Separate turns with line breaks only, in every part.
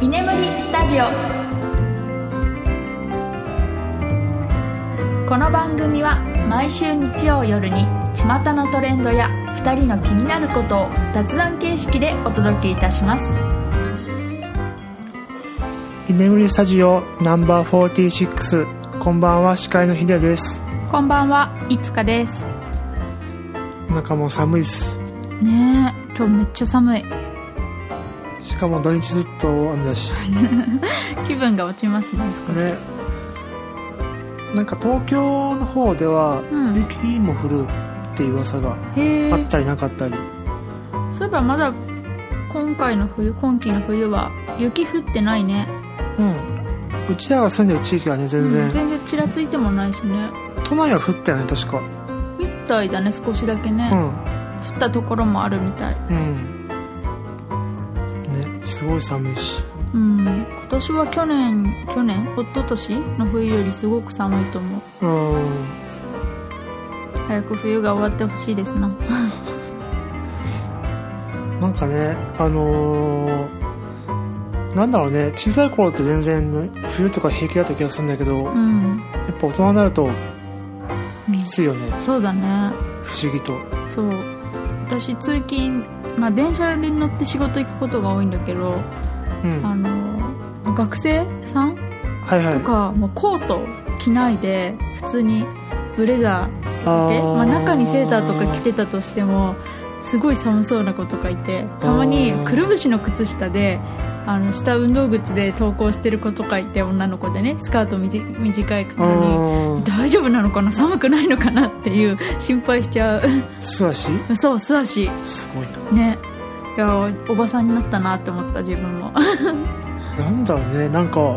居眠りスタジオこの番組は毎週日曜夜に巷のトレンドや2人の気になることを雑談形式でお届けいたします
居眠りスタジオナンバー46こんばんは司会のヒデです
こんばんはいつかです
なんかもう寒いです
ねえ今日めっちゃ寒い
しかも土日ずっと雨だし
気分が落ちますね少し、
ねなんか東京の方では
うん
雪も降るっていう噂が
へえ
あったりなかったり、
そういえばまだ今回の冬今季の冬は雪降ってないね
うんうちらが住んでる地域はね全然、
うん全然ちらついてもないしね
都内は降ったよね確か
みたいだね少しだけね、降ったところもあるみたい
うんうんねすごい寒いし
うん今年は去年去年一昨年の冬よりすごく寒いと思う
うん
早く冬が終わってほしいですな
なんかねあのーなんだろうね小さい頃って全然、ね、冬とか平気だった気がするんだけど、
う
や
ん
っぱ大人になるときついよね
そうだね
不思議と
そう私通勤まあ電車に乗って仕事行くことが多いんだけど、
うん
あ
は
の学生さん
いはい
とかもうコート着ないで普通にブレザー着て
あー
まあ、中にセーターとか着てたとしてもすごい寒そうな子とかいてたまに
あー
くるぶしの靴下であの下運動靴で登校してる子とかいて女の子でねスカートみじ短いのに
あー
大丈夫なのかな寒くないのかなっていう心配しちゃ
素足
う そう素足
すごい
ねいやおばさんになったなって思った自分も
ななんだろうねなんか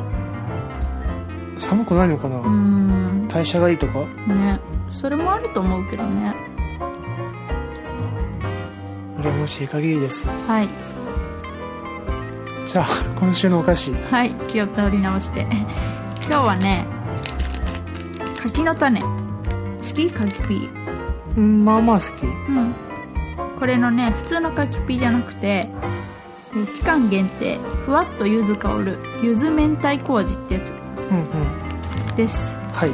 寒くないのかな、
うん
代謝がいいとか
ねそれもあると思うけどね
羨ましい限りです
はい
じゃあ今週のお菓子
はい気を取り直して今日はね柿の種好き柿ピー
うんまあまあ好き
うんこれのね普通の柿ピーじゃなくてえ期間限定ふわっと柚子香る柚子明太麹ってやつ
うんうん
です
はい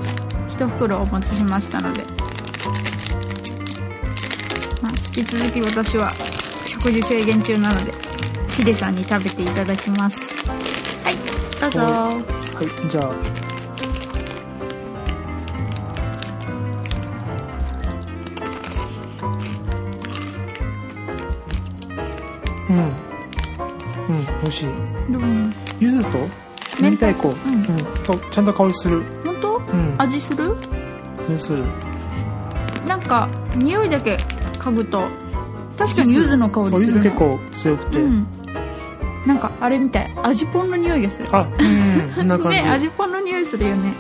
一袋お持ちしましたので、まあ、引き続き私は食事制限中なのでヒデさんに食べていただきますはいどうぞ、
はいじゃあうんうん美味しい
どうも
柚子と明太子、うん
ん
とちゃんと香りする
本当
うん
味する
香りする
なんか匂いだけ嗅ぐと確かに柚子の香りす
そう
る、ね、
柚子結構強くて、
うんなんかあれみたい味ぽんの匂いがする
あうんこんな感じ、
ね味ぽんの匂いする よね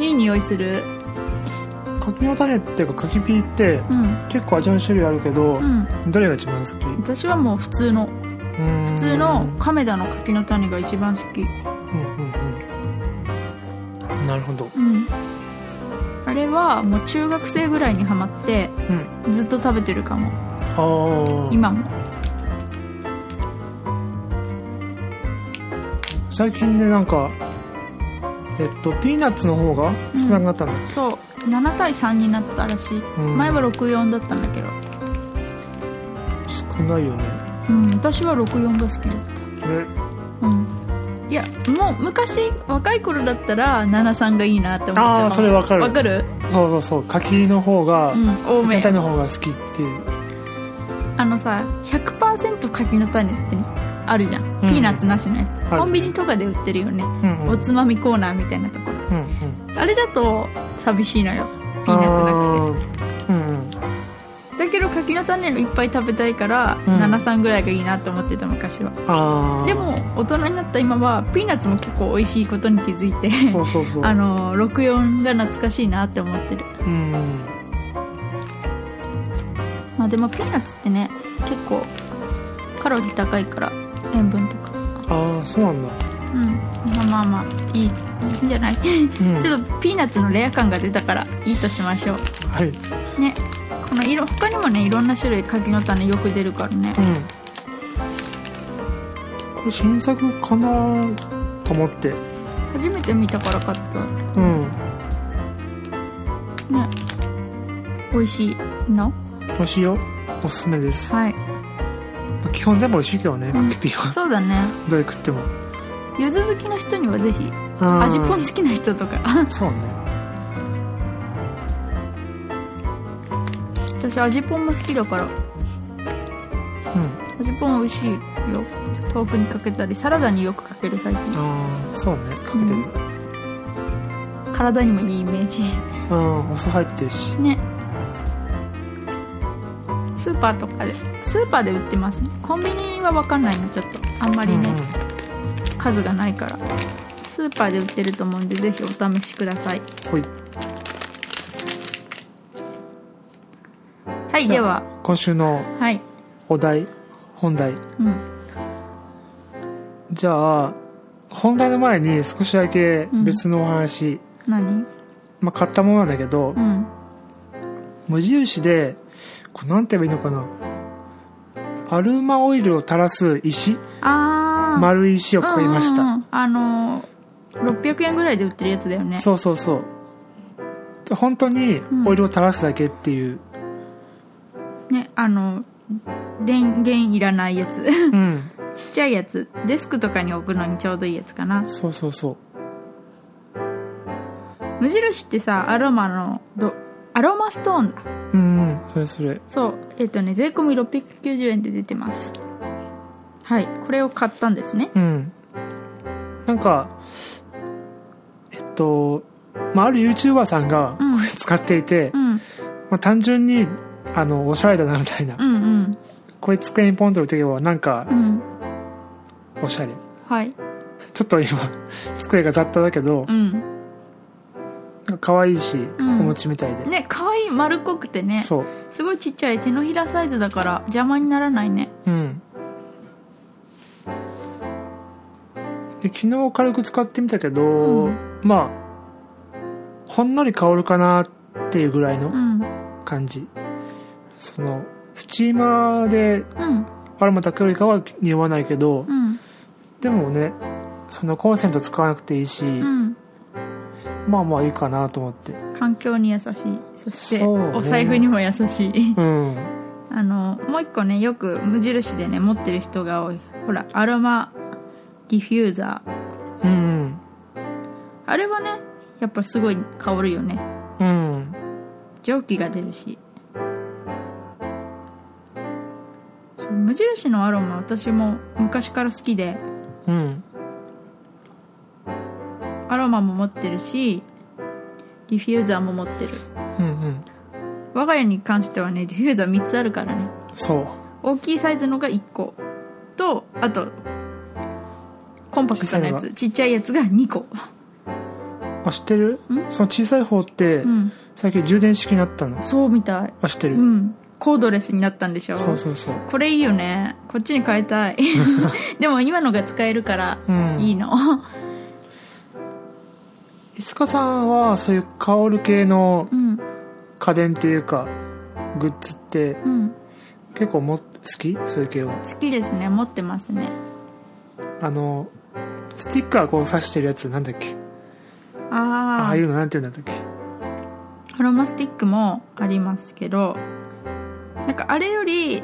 いい匂いする
柿の種っていうか柿ピーって
うん
結構味の種類あるけど
う、ん
どれが一番好き
私はもう普通の
普
普通の亀田の柿の種が一番好き
うんうんうんなるほど
うんあれはもう中学生ぐらいにハマって
うん
ずっと食べてるかも
あー
今も
最近ねなんかえっとピーナッツの方が少なくなったんだ、
そう7対3になったらしい、
ん
前は64だったんだけど
少ないよね
うん私は64が好きだっ
ね
たうんいやもう昔若い頃だったら73がいいなって思った
あーそれわかる
わかる
そうそうそう柿の方が
うん多め
全体の方が好きっていう
あのさ100%柿の種ってねあるじゃん、
うん
ピーナッツなしのやつ、
る
コンビニとかで売ってるよね、
うんうん
おつまみコーナーみたいなところ
うんうん
あれだと寂しいのよピーナッツなく
くてうんうん
てだけど柿の種のいっぱい食べたいから、
うん
73ぐらいがいいなと思ってた昔は
あー
でも大人になった今はピーナッツも結構美味しいことに気づいて
そうそうそう
あの64が懐かしいなって思ってる
うん
まあでもピーナッツってね結構カロリー高いから塩分とか
ああそうなんだ、
うんまあまあまあいいいいんじゃない ち
うん、
ょっとピーナッツのレア感が出たからいいとしましょう
とはい
ねこの色他にもねいろんな種類柿の種よく出るからね
うんこれ新作かなと思って
初めて見たから買った
うん
ね美味しいな
美味しいよおすすめです、
はい
基本全部美味しいけどね、
うん
クピは
そうだね
どれ食っても
柚子好きの人にはぜひ
うん
味ぽん好きな人とか
そうね
私味ぽんも好きだから
うん
味ぽん美味しいよ豆腐にかけたりサラダによくかける最近
ああそうねかけてる
体にもいいイメージ
うん、お酢入ってるし
ねスーパーとかでスーパーで売ってますねコンビニは分かんないなちょっとあんまりね、
うん
数がないからスーパーで売ってると思うんでぜひお試しください
ほい
はい
じゃあ
では
今週の
はい
お題本題
うん
じゃあ本題の前に少しだけ別のお話、
何
まあ、買ったものなんだけど、
うん
無印でこれなんて言えばいいのかなアルマオイルを垂らす石
ああ
丸い石を買いました、
あのー、600円ぐらいで売ってるやつだよね
そうそうそう本当にオイルを垂らすだけっていう、
ねあの電源いらないやつ
うん
ちっちゃいやつデスクとかに置くのにちょうどいいやつかな
そうそうそう
無印ってさアロマのどアロマストーンだ
うんそれそれ
そうえっ、とね税込み690円で出てますはいこれを買ったんですね
うんなんかえっと、まあ、ある YouTuber さんが
うん
使っていて、
うん
まあ、単純にあのおしゃれだなみたいな、
うんうん
これ机にポンと置いておけばなんか
うん
おしゃれ
はい
ちょっと今机が雑多だけど、
うん
なんか可愛いし、
ん
お餅みたいで、
ね可愛い丸っこくてね
そう
すごいちっちゃい手のひらサイズだから邪魔にならないね
うんで昨日軽く使ってみたけど、
うん
まあほんのり香るかなっていうぐらいうの
ん
感じ、そのスチーマーで
うん
アロマだけよりかは匂わないけど、
うん
でもねそのコンセント使わなくていいし、
うん
まあまあいいかなと思って
環境に優しいそして
そうね
お財布にも優しい
うん
あのもう一個ねよく無印でね持ってる人が多いほらアロマディフューザー
うん
あれはねやっぱすごい香るよね
うん
蒸気が出るしそう無印のアロマ私も昔から好きで
うん
アロマも持ってるしディフューザーも持ってる
うんうん
我が家に関してはねディフューザー3つあるからね
そう
大きいサイズのが1個とあとコンパクトなやつちっちゃいやつが2個
あ知ってるその小さい方って
うん
最近充電式になったの、
そうみたい
あ知って
う
る、
んコードレスになったんでしょ
そうそうそう
これいいよねこっちに変えた いでも今のが使えるから
うん
いいの、
いつかさんはそういう香る系の
うん
家電っていうかグッズって
うん
結構も好きそういう系は
好きですね持ってますね
あのスティッカーこう刺してるやつなんだっけあ
あ
あ
あ
いうのなんていうんだっけ
アロマスティックもありますけどなんかあれより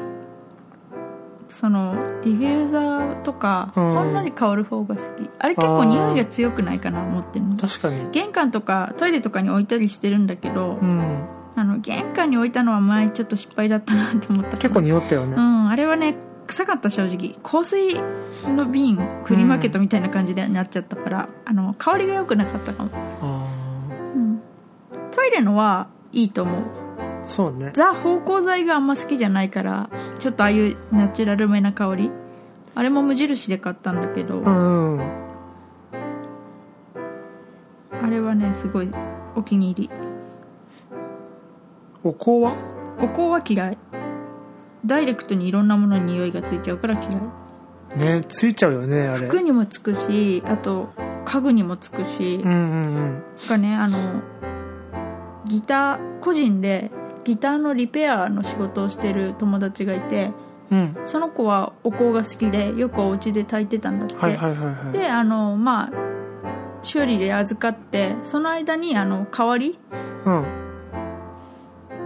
そのディフューザーとか
うん
ほんのり香る方が好きあれ結構匂いが強くないかな思ってるの
確かに
玄関とかトイレとかに置いたりしてるんだけど、
うん
あの玄関に置いたのは前ちょっと失敗だったなって思ったから
結構匂ったよ
う
ね
んあれはね臭かった正直香水の瓶フリーマーケットみたいな感じになっちゃったから、あの香りが良くなかったかも、
あ
うん、トイレのはいいと思う
あそうね
ザ芳香剤があんま好きじゃないからちょっとああいうナチュラルめな香りあれも無印で買ったんだけど、
うんうん
あれはねすごいお気に入り
お香は
お香は嫌いダイレクトにいろんなものに匂いがついちゃうから嫌い
ねついちゃうよねあれ
服にもつくしあと家具にもつくし、
うんうんうん
がねあのギター個人でギターのリペアの仕事をしてる友達がいて、
うん
その子はお香が好きでよくお家で炊いてたんだって、
はいはいはいはい
であのまあ修理で預かってその間にあの代わり
うん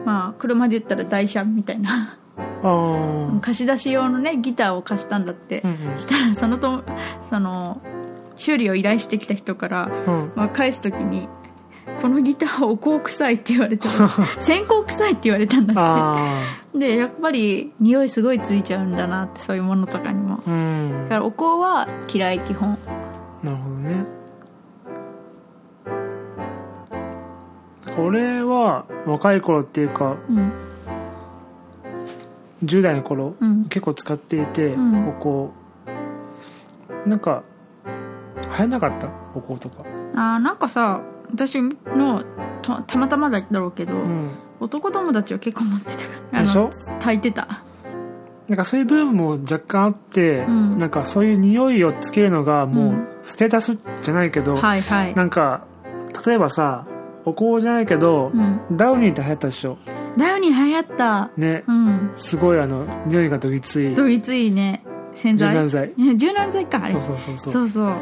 まあ車で言ったら台車みたいな
あー
貸し出し用のねギターを貸したんだって、
うんうん
したらそのとその修理を依頼してきた人から、
うん
まあ、返す時に「このギターお香臭い」って言わ れて線香臭いって言われたんだっ
あ
てでやっぱり匂いすごいついちゃうんだなってそういうものとかにも
ーうん
だからお香は嫌い基本
なるほどね俺は若い頃っていうか
うん
10代の頃、
うん
結構使っていて、
うん
おこうなんか流行んなかったお香とか、
あーなんかさ私のたたまたまだろうけど、
うん、
男友達は結構持ってたからあの
でしょ
炊いてた
なんかそういうブームも若干あって、
うん
なんかそういう匂いをつけるのがも
う
うんステータスじゃないけど、
はいはい
なんか例えばさお香じゃないけど
う、ん
ダウニーって流行ったでしょ
ダウに流行った
ね、
うん
すごいあの匂いがどぎつい
ドイツいいね洗剤
柔軟剤
いや柔軟剤かあれ
そうそうそうそう
そうそう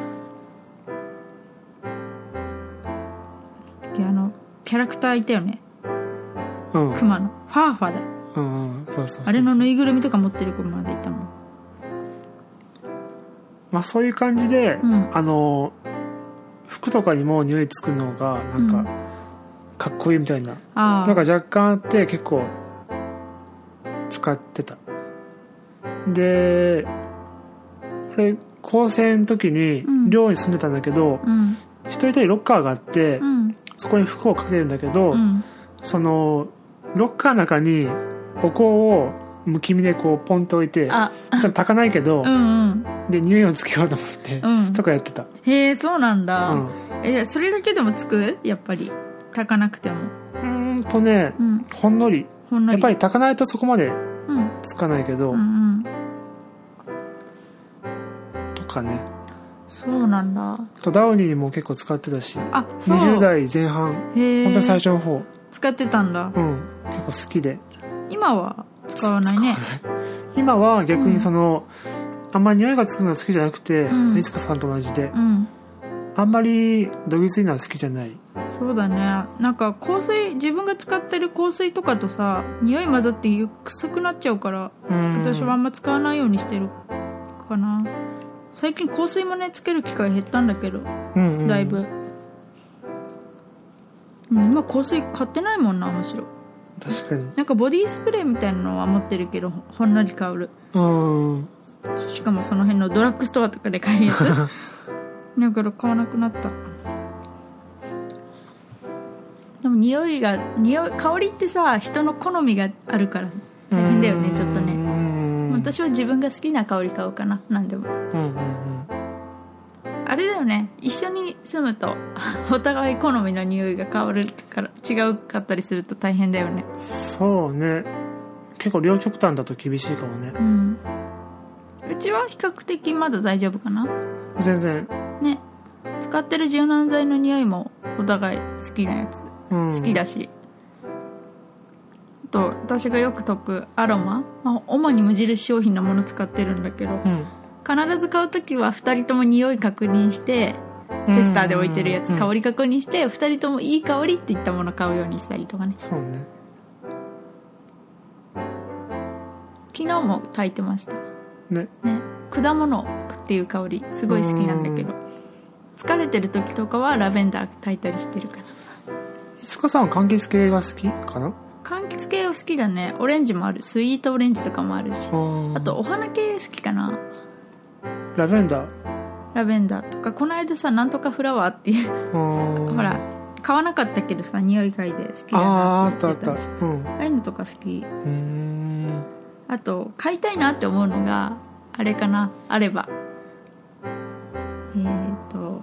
であのキャラクターいたよね
うん
クマのファーファだ
うんうんそうそうそうそう
あれのぬいぐるみとか持ってる子までいたもん
まあ、そういう感じで、
うん
あの服とかにも匂いつくのがなん
う
か
ん
かっこいいみたいな、
あ
なんか
あ
若干あって結構使ってたで俺高専の時に
うん
寮に住んでたんだけど、
うん
一人一人ロッカーがあって、
うん
そこに服をかけてるんだけど、
うん
そのロッカーの中にお香をむき身でこうポンと置いてちょ
あ
っと炊かないけど、
うんうん
で匂いをつけようと思って、
うん
とかやってた、
へえそうなんだ、
うん、
えそれだけでもつくやっぱり炊かなくても
うーんとね
うん
ほんのり
ほんの
やっ
り
ぱり炊かないとそこまで
うん
つかないけど、
うんうん
とかね
そうなんだ
あとダウニーも結構使ってたし
あそう
20代前半
へえ
本当に最初の方、
使ってたんだ
うん結構好きで
今は使わないね
今は逆にその、あんまり匂いがつくのは好きじゃなくて、
うん
そのいつかさんと同じで
うん
あんまりどぎついのは好きじゃない
そうだねなんか香水自分が使ってる香水とかとさ匂い混ざって臭くなっちゃうから
うん
私はあんま使わないようにしてるかな最近香水もねつける機会減ったんだけど
うんうん
だいぶ、うん今香水買ってないもんなむしろ
確かに
なんかボディスプレーみたいなのは持ってるけどほほんのり香る
うん
しかもその辺のドラッグストアとかで買えるやつだから買わなくなったでも匂いが匂い香りってさ人の好みがあるから大変だよねちょっと
う
ね
ん
私は自分が好きな香り買うかな何でも
うんうん
あれだよね一緒に住むと お互い好みの匂いが変わるから違うかったりすると大変だよね
うんそうね結構両極端だと厳しいかもね
うんうちは比較的まだ大丈夫かな
全然、
ね使ってる柔軟剤の匂いもお互い好きなやつ
うん、
好きだし、あと私がよく解くアロマ、まあ、主に無印商品のもの使ってるんだけど
うん
必ず買う時は2人とも匂い確認してテスターで置いてるやつ
うん
香り確認して2人ともいい香りっていったもの買うようにしたりとかね
そうね
昨日も炊いてました
ね
ね果物っていう香りすごい好きなんだけど疲れてる時とかはラベンダー炊いたりしてるから
いつかさんは柑橘系が好きかな
柑橘系は好きだねオレンジもあるスイートオレンジとかもあるし
あ
あとお花系好きかな
ラベンダー
ラベンダーとかこの間さなんとかフラワーっていう、
ほ
ほら買わなかったけどさ匂い嗅いで好きだ
あ
な
あ
っ
ーあってた
言
あ
っ
っ
たで
てた
しょ
うんう
ああいうのとか好き
ーん
あと買いたいなって思うのがあれかなあればえっ、ー、と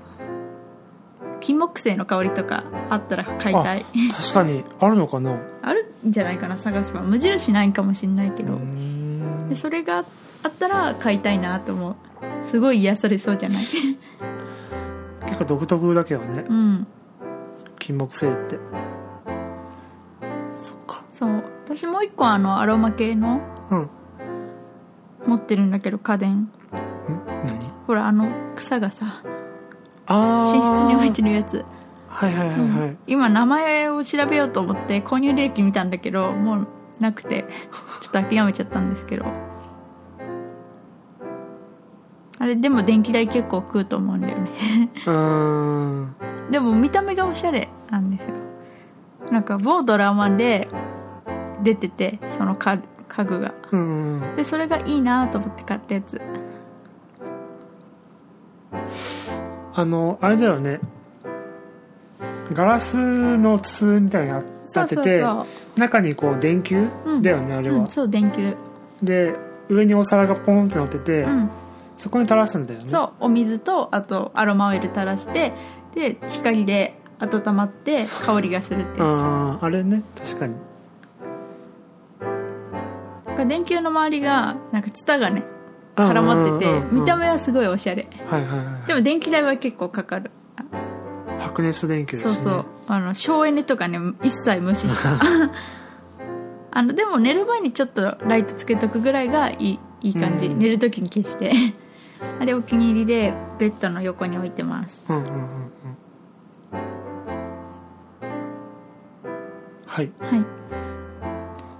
金木犀の香りとかあったら買いたい
確かにあるのかなう
あるんじゃないかな探せば無印ないかもしんないけ
ー
ど、
ん
でそれがあったら買いたいなと思うすごい癒されそうじゃない
結構独特だけどね
うん
金木犀ってそっか
そう私もう一個あのアロマ系の
うん
持ってるんだけど家電
何
ほらあの草がさ
ああ
寝室に置いてるやつ、
はいはいはいはい、
うん今名前を調べようと思って購入履歴見たんだけどもうなくてちょっと諦めちゃったんですけどあれでも電気代結構食うと思うんだよね
うーん
でも見た目がおしゃれなんですよなんか某ドラマで出ててその家家具が
うんうん
でそれがいいなと思って買ったやつ
あのあれだよねガラスの筒みたいにな
そ
な
う
って
そう
て
そ
中にこう電球
う、うん、
だよね、あれ
う
は
ん、、そう電球
で上にお皿がポンって乗ってて、
うん
そこに垂らすんだよね
そうお水とあとアロマオイル垂らしてで光で温まって香りがするってや
あああれね確かに
つなんか電球の周りがなんかツタがね絡まって
うんう
て
んうんうん
見た目はすごいおしゃれ
はいはいはい
でも電気代は結構かかるあ
白熱電球です
そ
ね
うそうあの省エネとかね一切無視した あのでも寝る前にちょっとライトつけとくぐらいがいいいい感じ、
うん
寝る時に消して あれお気に入りでベッドの横に置いてます
うんうんうんうんはい
はい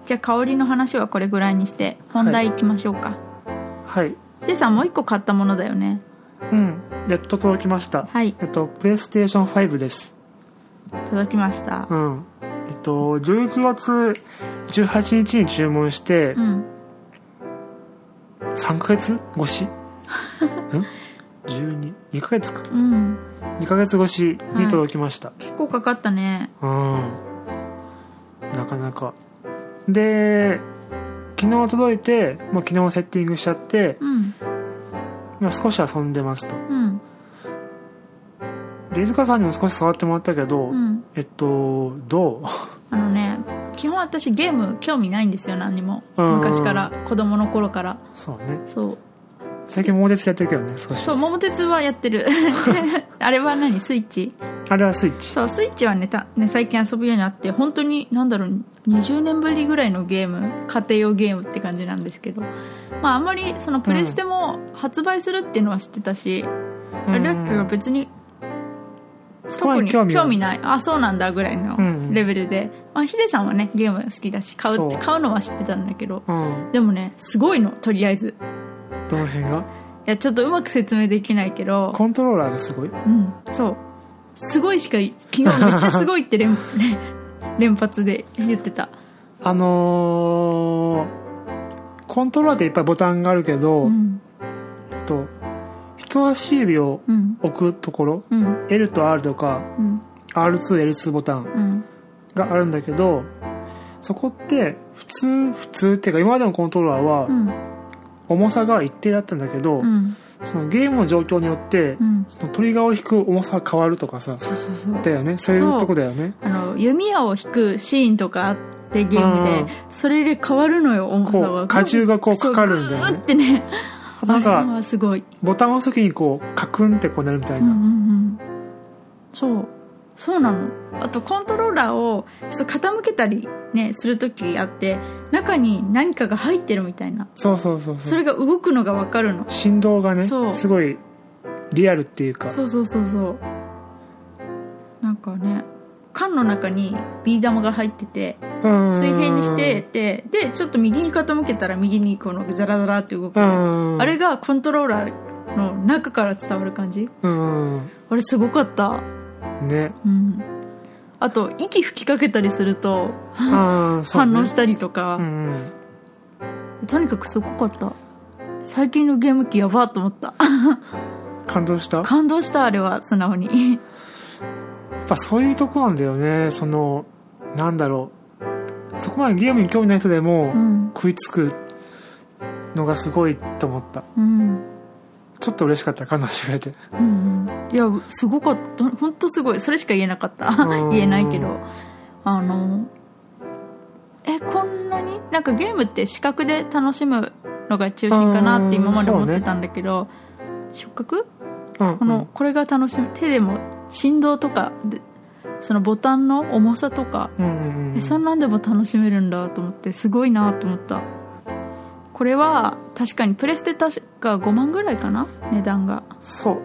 じゃあ香りの話はこれぐらいにして本題いきましょうか、
はい
でさんもう一個買ったものだよね
うんやっと届きました、
はい
えっとプレイステーション5です
届きました
うんえっと11月18日に注文して
うん
3ヶ月越しうん122ヶ月か
うん
2ヶ月越しに届きました、
結構かかったね
うんなかなかで昨日届いて、まあ、昨日セッティングしちゃって、
うん
まあ、少し遊んでますと
うん
で飯塚さんにも少し触ってもらったけど、
うん
えっとど
あのね基本私ゲーム興味ないんですよ何にも
うん
昔から子供の頃から
う そうね
そう
最近猛烈やってるけどね少し
そう桃鉄はやって るあれは何スイッチ
あれはスイッチ
そうスイッチはねたね最近遊ぶようになって本当に何だろう20年ぶりぐらいのゲーム家庭用ゲームって感じなんですけどまああんまりそのプレステも発売するっていうのは知ってたし、あれだけど別に
そこま
特
で
に
興
興
味
味
は
ないあそうなんだぐらい
うんうん
のレベルで、まあ、ヒデさんはねゲーム好きだし買うって
そう
買うのは知ってたんだけど
うん
でもねすごいのとりあえず
どの辺が
いやちょっとうまく説明できないけど
コントローラーがすごい
うんそうすごいしかい昨日めっちゃすごいって連 連発で言ってた
あのーコントローラーっていっぱいボタンがあるけど、
うん
えっと人差し指を
うん
置くところ
うん
L と R とか
うん
R2L2 ボタン
うん
があるんだけどそこって普通普通っていうか今までのコントローラー
う
は
ん
重さが一定だったんだけど、
うん
そのゲームの状況によって、
うん
そのトリガーを引く重さが変わるとかさ
そうそうそう
だよねそういうとこだよね
あの弓矢を引くシーンとかあってゲーム
うん
でそれで変わるのよ重さ
こう
は
荷重がこうかかるんだよね
そうグーってね
なんか
あれはすごい
ボタンを押す時にこうカクンってこうなるみたい
うんうんう
な、
んそうそうなのあとコントローラーをちょっと傾けたりねする時あって中に何かが入ってるみたいな
そうそうそう
そ
そう
れが動くのが分かるの
振動がね
そう
すごいリアルっていうか
そうそうそうそうなんかね缶の中にビー玉が入ってて水
水
平にしてででちょっと右に傾けたら右にこのザラザラって動くあ
あ
れがコントローラーの中から伝わる感じ
うん
あれすごかった
ね
うんあと息吹きかけたりすると
ああそう
反
ね
応したりとか、
うんうん
とにかくすごかった最近のゲーム機やばーと思った
感動したや
感動したあれは素直に
っぱそういうとこなんだよねそのなんだろうそこまでゲームに興味ない人でも
うん
食いつくのがすごいと思った
うん
ちょっと嬉しかった感動してくれて
うんうんいやすごかった本当すごいそれしか言えなかった
うん
言えないけどあのえこんなになんかゲームって視覚で楽しむのが中心かなって今まで思ってたんだけど、触覚
うん
この、これが楽しむ手でも振動とかでそのボタンの重さとか、
うんうんうん
えそんなんでも楽しめるんだと思ってすごいなと思ったここれは確かにプレステ確か5万ぐらいかな値段が
そう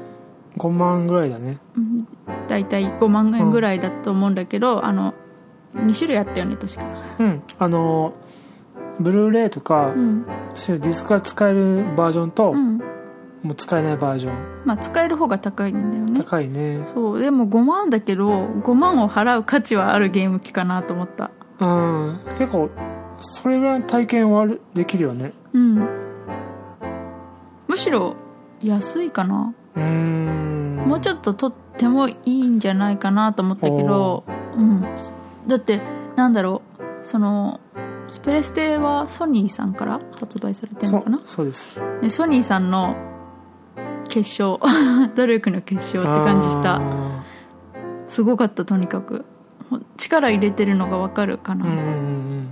5万ぐらいだね
うん大体5万円ぐらいだと思うんだけど、あの2種類あったよね確か
うんあのブルーレイとか、
うん、
そういうディスクが使えるバージョンと、
うん、
もう使えないバージョン
まあ使える方が高いんだよね
高いね
そうでも5万だけど5万を払う価値はあるゲーム機かなと思った
うん結構それぐらいの体験はあるできるよね
うんむしろ安いかな、
うーん
もうちょっととってもいいんじゃないかなと思ったけど、うん、だってなんだろうそのスプレステはソニーさんから発売されてる
そ
の
う
かな
そうです
でソニーさんの結晶 努力の結晶って感じした
あ
すごかったとにかくほん力入れてるのがわかるか
ー
な、
うんうん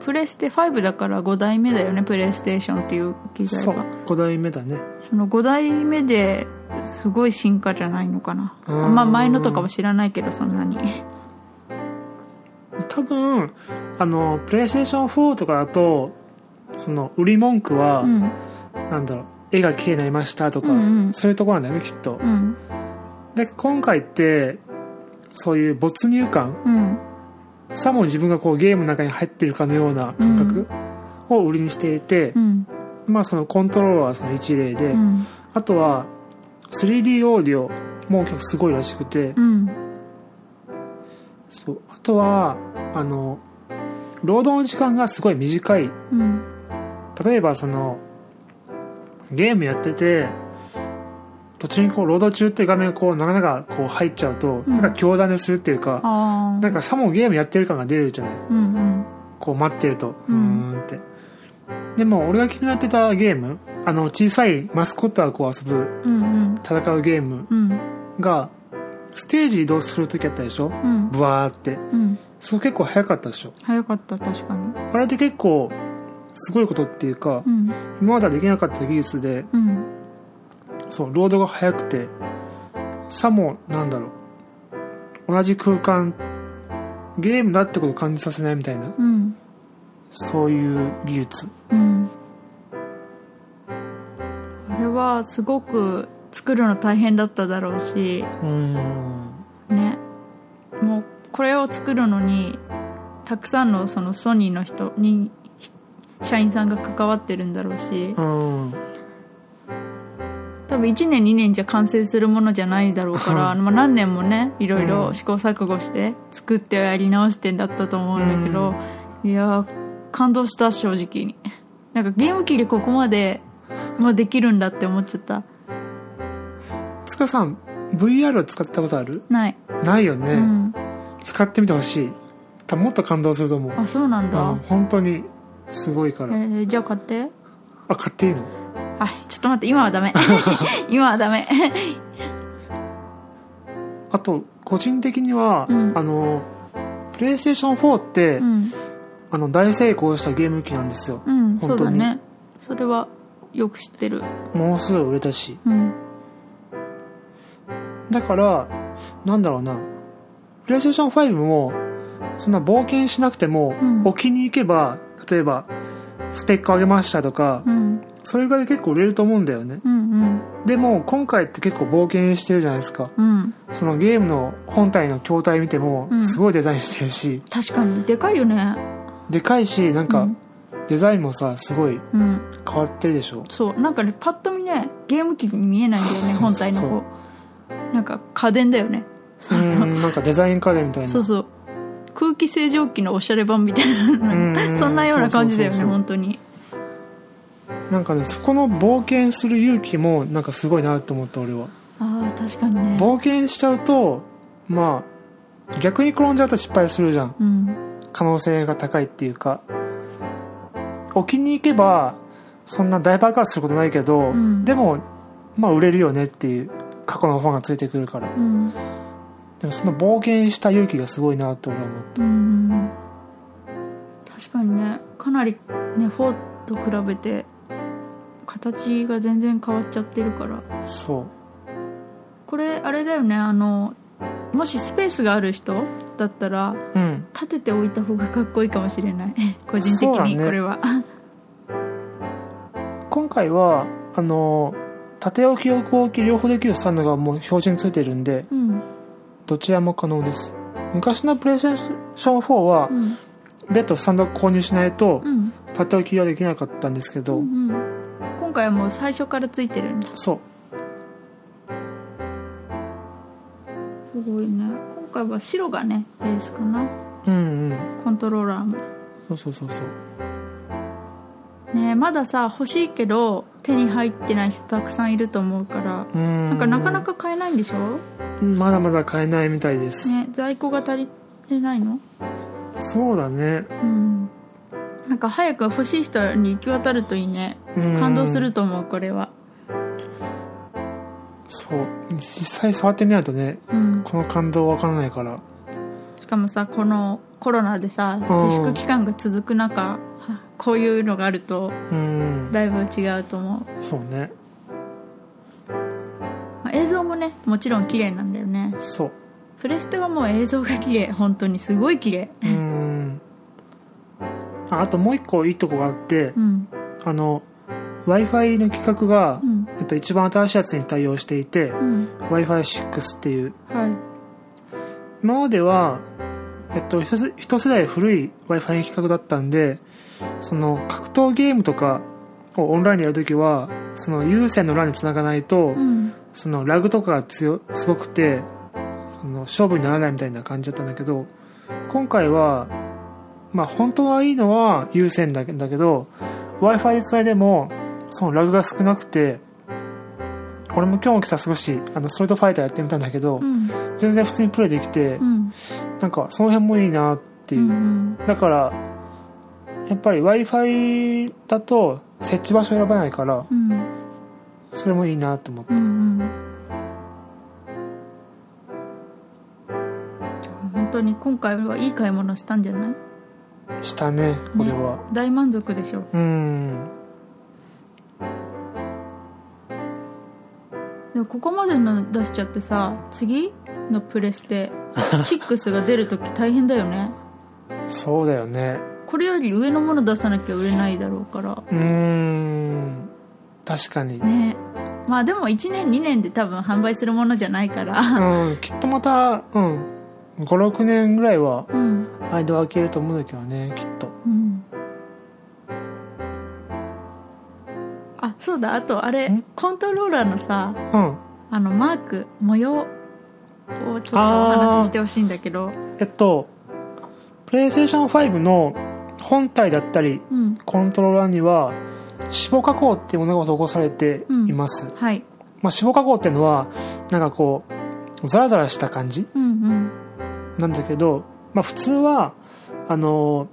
プレステ5だから5代目だよねプレイステーションっていう
う
機
ん
材
そう
が
5代目だね
その5代目ですごい進化じゃないのかな
うーん
まあ前のとかは知らないけどそんなに
多分あのプレイステーション4とかだとその売り文句は、
うん
なんだろう絵が綺麗になりましたとか、
うんうん
そういうところなんだよねきっと、
うん
で今回ってそういう没入感
うん
さも自分がこうゲームの中に入ってるかのような感覚を売りにしていて
う、ん
まあそのコントローラーはその一例で、
うん
あとは 3D オーディオも結構すごいらしくて、
うん
そうあとはあの労働の時間がすごい短い
うん
例えばそのゲームやってて途中にこう労働中っていう画面がこうなかなかこう入っちゃうと、
うん
なんか強断するっていうか
ああ
なんかさもゲームやってる感が出るじゃない
うんうん
こう待ってるとう
う
ー
ん
んってでも俺が気になってたゲームあの小さいマスコットがこう遊ぶ
うんうん
戦うゲーム
うん
がステージ移動する時あったでしょ
うん
ブワーって
うん
それ結構早かったでしょ
早かった確かに
あれって結構すごいことっていうか
うん
今まではできなかった技術で
うん
そう、ロードが速くて、さも、なんだろう、同じ空間、ゲームだってことを感じさせないみたいな、
うん
そういう技術。
うんあれはすごく作るの大変だっただろうし
うん。
ねもうこれを作るのにたくさんのそのソニーの人にひ社員さんが関わってるんだろうし
うん。
多分1年2年じゃ完成するものじゃないだろうか らまあ何年もねいろいろ
うん
試行錯誤して作ってやり直してんだったと思うんだけど、いやー感動した正直になんかゲーム機でここまで、まあ、できるんだって思っちゃった
つかさん、VR を使ったことある
ない、
ないよね。
うん
使ってみてほしい。多分もっと感動すると思う。
あそうなんだ、
うん本当に、すごいか
え
ら。
ーじゃあ買って
あ、買っていいの
あ、ちょっと待って、今は ダメ。今はダメ。
あと、個人的には、
うん
あの、プレイステーション4って、
うん。
あの、大成功したゲーム機なんですよ。
うん、
本当
そ
に
うだね。それはよく知ってる。
ものすごい売れたし。
うん。
だから、なんだろうな。プレイステーション5も、そんな冒険しなくても、
うん
置きに行けば、例えば、スペック上げましたとか
う、ん。
それぐらいで結構売れると思うんだよね。
うんうん。
でも、今回って結構冒険してるじゃないですか。
うん。
そのゲームの本体の筐体見ても
う、ん
すごいデザインしてるし、
確かに、でかいよね。
でかいし、なん
う
か
ん、
デザインもさ、すごい
うん。
変わってるでし ょ。
そう。なんかね、パッと見ね、ゲーム機に見えないんだよね、
そう
本体の
そう
方。なんか家電だよね。
う
その
ん、なんかデザイン家電みたいな。
そうそう。空気清浄機のおしゃれ版みたいな、
うん
そんなような感じだよね、
そうそうそうそう
本当に。
なんかね、そこの冒険する勇気も、なんかすごいなと思った、俺は。
ああ、確かにね。
冒険しちゃうとまあ逆に転んじゃうと失敗するじゃん
うん。
可能性が高いっていうか置きに行けばそんな大爆発することないけど、
ん
でもまあ売れるよねっていう過去の本がついてくるから
うん。
でもその冒険した勇気がすごいなと俺は思
う
う
ん確かにねかなりね4と比べて形が全然変わっちゃってるから
そう
これあれだよねあのもしスペースがある人だったら
うん
立てておいた方がかっこいいかもしれない個人的
そうだ
に
ね
これは、
今回はあの縦置き横置き両方できるスタンドがもう標準についてるんで
うん
どちらも可能です昔のプレイステーション4は
うん
別途スタンドを購入しないと
うん
縦置きはできなかったんですけど、
うんうん今回はもう最初からついてるんだ
そう
すごいね今回は白がねベースかな
うんうん
コントローラーも
そうそうそうそう
ねまださ欲しいけど手に入ってない人たくさんいると思うから
うん
なんかなかなか買えないんでしょ、
まだまだ買えないみたいです、
ね、在庫が足りてないの
そうだね
うんなんか早く欲しい人に行き渡るといいね
うん
感動すると思うこれは
そう実際触ってみないとね
うん
この感動わからないから
しかもさこのコロナでさ
うん
自粛期間が続く中はこういうのがあると
うん
だいぶ違うと思う
そうね
まあ映像もねもちろん綺麗なんだよね
そう
プレステはもう映像が綺麗本当にすごい綺麗
うんああともう一個いいとこがあって
うん
あの w i f i の規格が、
うん
えっと、一番新しいやつに対応していて
うん
w i f i 6っていう
はい
今までは、えっと、一世一世代古い w i f i の規格だったんでその格闘ゲームとかをオンラインでやるときはその有線の LAN につながないと、
うん
そのラグとかが強すごくてその勝負にならないみたいな感じだったんだけど今回はまあ本当はいいのは有線だけだけど w i f i でつないでもそのラグが少なくて俺も今日起きた少しあのストリートファイターやってみたんだけど、
うん
全然普通にプレイできて、
うん
なんかその辺もいいなって
う
いう、
ん
だからやっぱり w i f i だと設置場所選ばないから
うん
それもいいなと思って
うんうん本当に今回はいい買い物したんじゃない
したねこれは、
大満足でしょ
うん
でもここまでの出しちゃってさ次のプレス テ6が出るとき大変だよね
そうだよね
これより上のもの出さなきゃ売れないだろうから
うーん確かに、
ねまあでも1年2年で多分販売するものじゃない から
うんきっとまたうん56年ぐらいは
うん
間を空けると思うんだけどねきっと
うんあそうだあとあれ
ん
コントローラーのさ
うん
あのマーク模様をちょっとお話ししてほしいんだけど
えっとプレイステーション5の本体だったり
うん
コントローラーには死亡加工っていうものが施されています、
はい
まあ、死亡加工っていうのはなんかこうザラザラした感じ
うん
なんだけど、まあ、普通はあの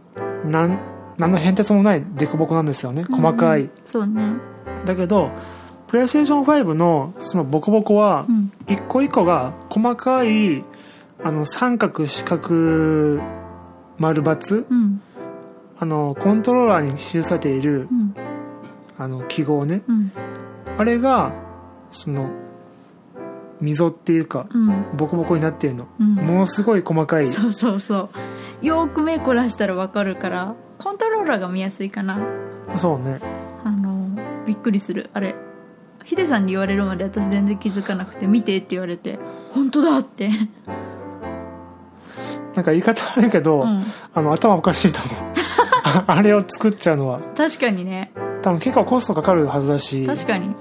なん何の変哲もない凸凹なんですよね
うん
細かい、
うんうんそうね
だけどプレイステーション5のそのボコボコは
うん
一個一個が細かいあの三角四角丸×
うん
あのコントローラーに記されている
うん
あの記号ね
うん
あれがその溝っていうか
うん
ボコボコになってるの
うん
ものすごい細かい
そうそうそうよーく目凝らしたらわかるからコントローラーが見やすいかな
そうね
あのびっくりするあれヒデさんに言われるまで私全然気づかなくて「見て」って言われて「本当だ!」って
なんか言い方悪いけど、
うん
あの頭おかしいと思う ああれを作っちゃうのは
確かにね
多分結構コストかかるはずだし
確かに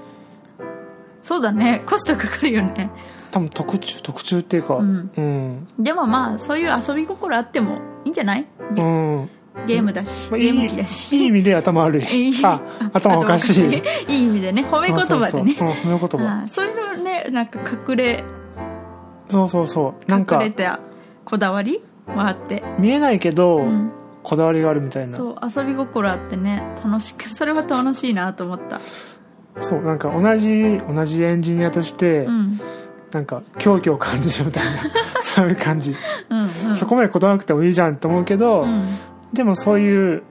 そうだねコストかかるよね
多分特注特注っていうか
うん
うん、
でもまあそういう遊び心あってもいいんじゃない
うん
ゲームだし、
まあい
ゲ
い
ーム機だ
いい
し
意味で頭悪い
いい
あ頭おかしい
頭おかしいいい意味でね褒め言葉でね
そうそうそううん褒め言葉
あーそういうのねなんか隠れ
そうそうそうなん
隠
か
れたこだわりはあって
見えないけど、
うん
こだわりがあるみたいなそう
そう遊び心あってね楽しくそれは楽しいなと思った
なんか同じ同じエンジニアとして、
うん
なんか狂気を感じるみたいな そういう感じ、
うんうん
そこまでこだわらなくてもいいじゃんと思うけど、
うん
でもそういう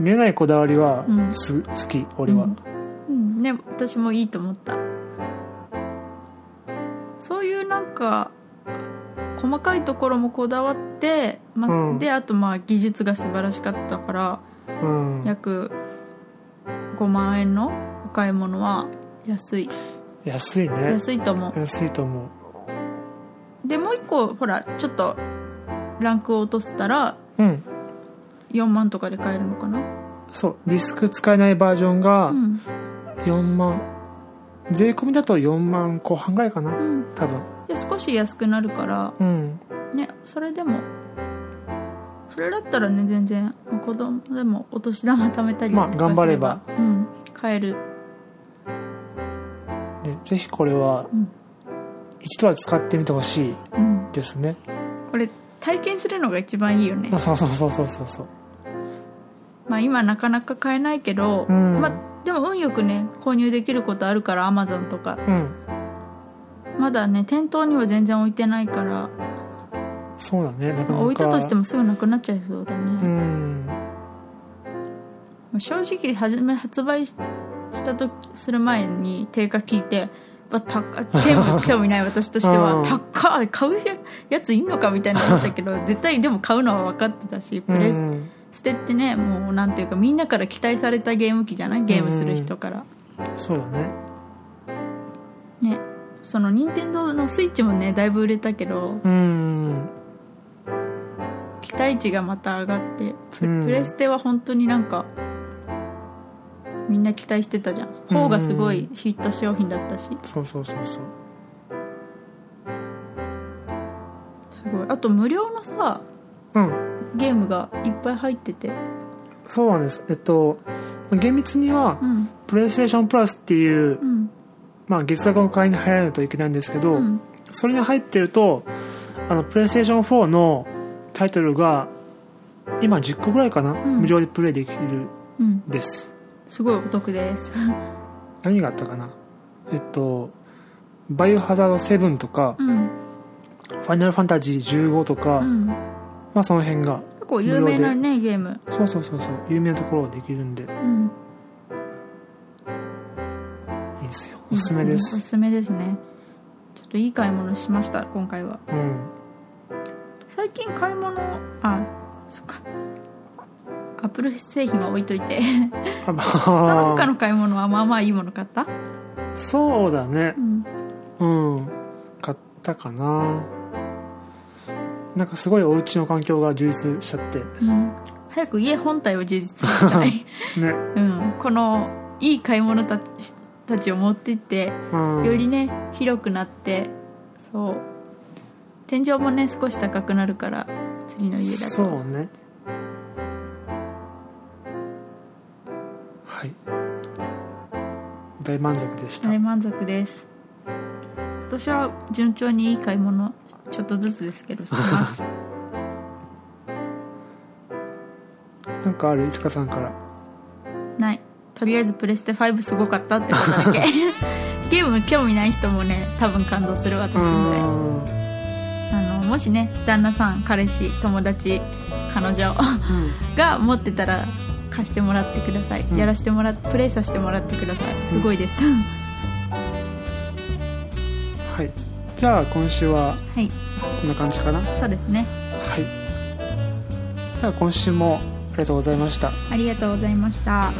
見えないこだわりは
うん
す、好き俺は、
うんね私もいいと思ったそういうなんか細かいところもこだわって、ま
うん
であとまあ技術が素晴らしかったから
うん
約5万円のお買い物は安い
安いね
安いと思う
安いと思う
でもう一個ほらちょっとランクを落としたら
うん
4万とかで買えるのかな
そうディスク使えないバージョンが
うん、
4万、税込みだと4万後半ぐらいか
う、
なん多分
で少し安くなるから
うん
ねそれでもそれだったらね全然まあ子供でもお年玉貯めたりと
まあ
か
頑張れば
すうん買える
ねぜひこれは
うん
一度は使ってみてほしい
うん
ですね、
これ体験するのが一番いいよね
あそうそうそうそうそうそう
まあ今なかなか買えないけど、
うん
まあでも運よくね購入できることあるからアマゾンとか
うん
まだね店頭には全然置いてないから
そうだねなかなか
置いたとしてもすぐなくなっちゃいそうだね、
うん
まあ正直初め発売ししたとする前に定価聞いてうわ高っ 興味興味ない私として
うん
は高っ買うやついんのかみたいになったけ ど絶対でも買うのは分かってたしプレ
う
ス
ん
テってねもうなんていうかみんなから期待されたゲーム機じゃないゲームする人から
そうだね
ねその任天堂のスイッチもねだいぶ売れたけど
うん
期待値がまた上がってプ,、
うん
レステは本当になんかみんな期待してたじゃん方がすごいヒット商品だったし、
そうそうそうそう
すごいあと無料のさ
うん
ゲームがいっぱい入ってて
そうなんですえっと厳密には
うん
プレイステーションプラスっていう
う、ん
まあ、月額の会員に入らないといけないんですけど、
うん
それに入ってるとあのプレイステーション4のタイトルが今10個ぐらいかな、
ん
無料でプレイできるん
うん
です
すごいお得です
何があったかなえっと「バイオハザード7」とか
う、ん
ファイナルファンタジー15」とか、
うん
まあその辺が
結構有名なねゲーム
そうそうそうそう有名なところができるんで
うん
いいですよおすすめです
おすすめですねちょっといい買い物しました今回は
うん
最近買い物あそっかアップル製品は置いとい て
あま
その他
あ
の買い物はまあまあいいもの買った
そうだね
うん
うん買ったかななんかすごいお家の環境が充実しちゃって
うん早く家本体を充実させた い
ね
うんこのいい買い物たちたちを持ってって
うん
よりね広くなってそう天井もね少し高くなるから次の家だ
そ
と
うねはい大満足でした、
大満足です今年は順調にいい買い物ちょっとずつですけどしてます
なんかあるいつかさんから
ないとりあえずプレステ5すごかったってこと だけゲーム興味ない人もね多分感動する私みたいな
うん
あのもしね旦那さん彼氏友達彼女 が持ってたら貸してもらってください、
ん
やらしてもらプレイさせてもらってくださいすごいです、
はいじゃあ今週は
はい
こんな感じかなはい
そうですね
じゃあ今週もありがとうございました
ありがとうございました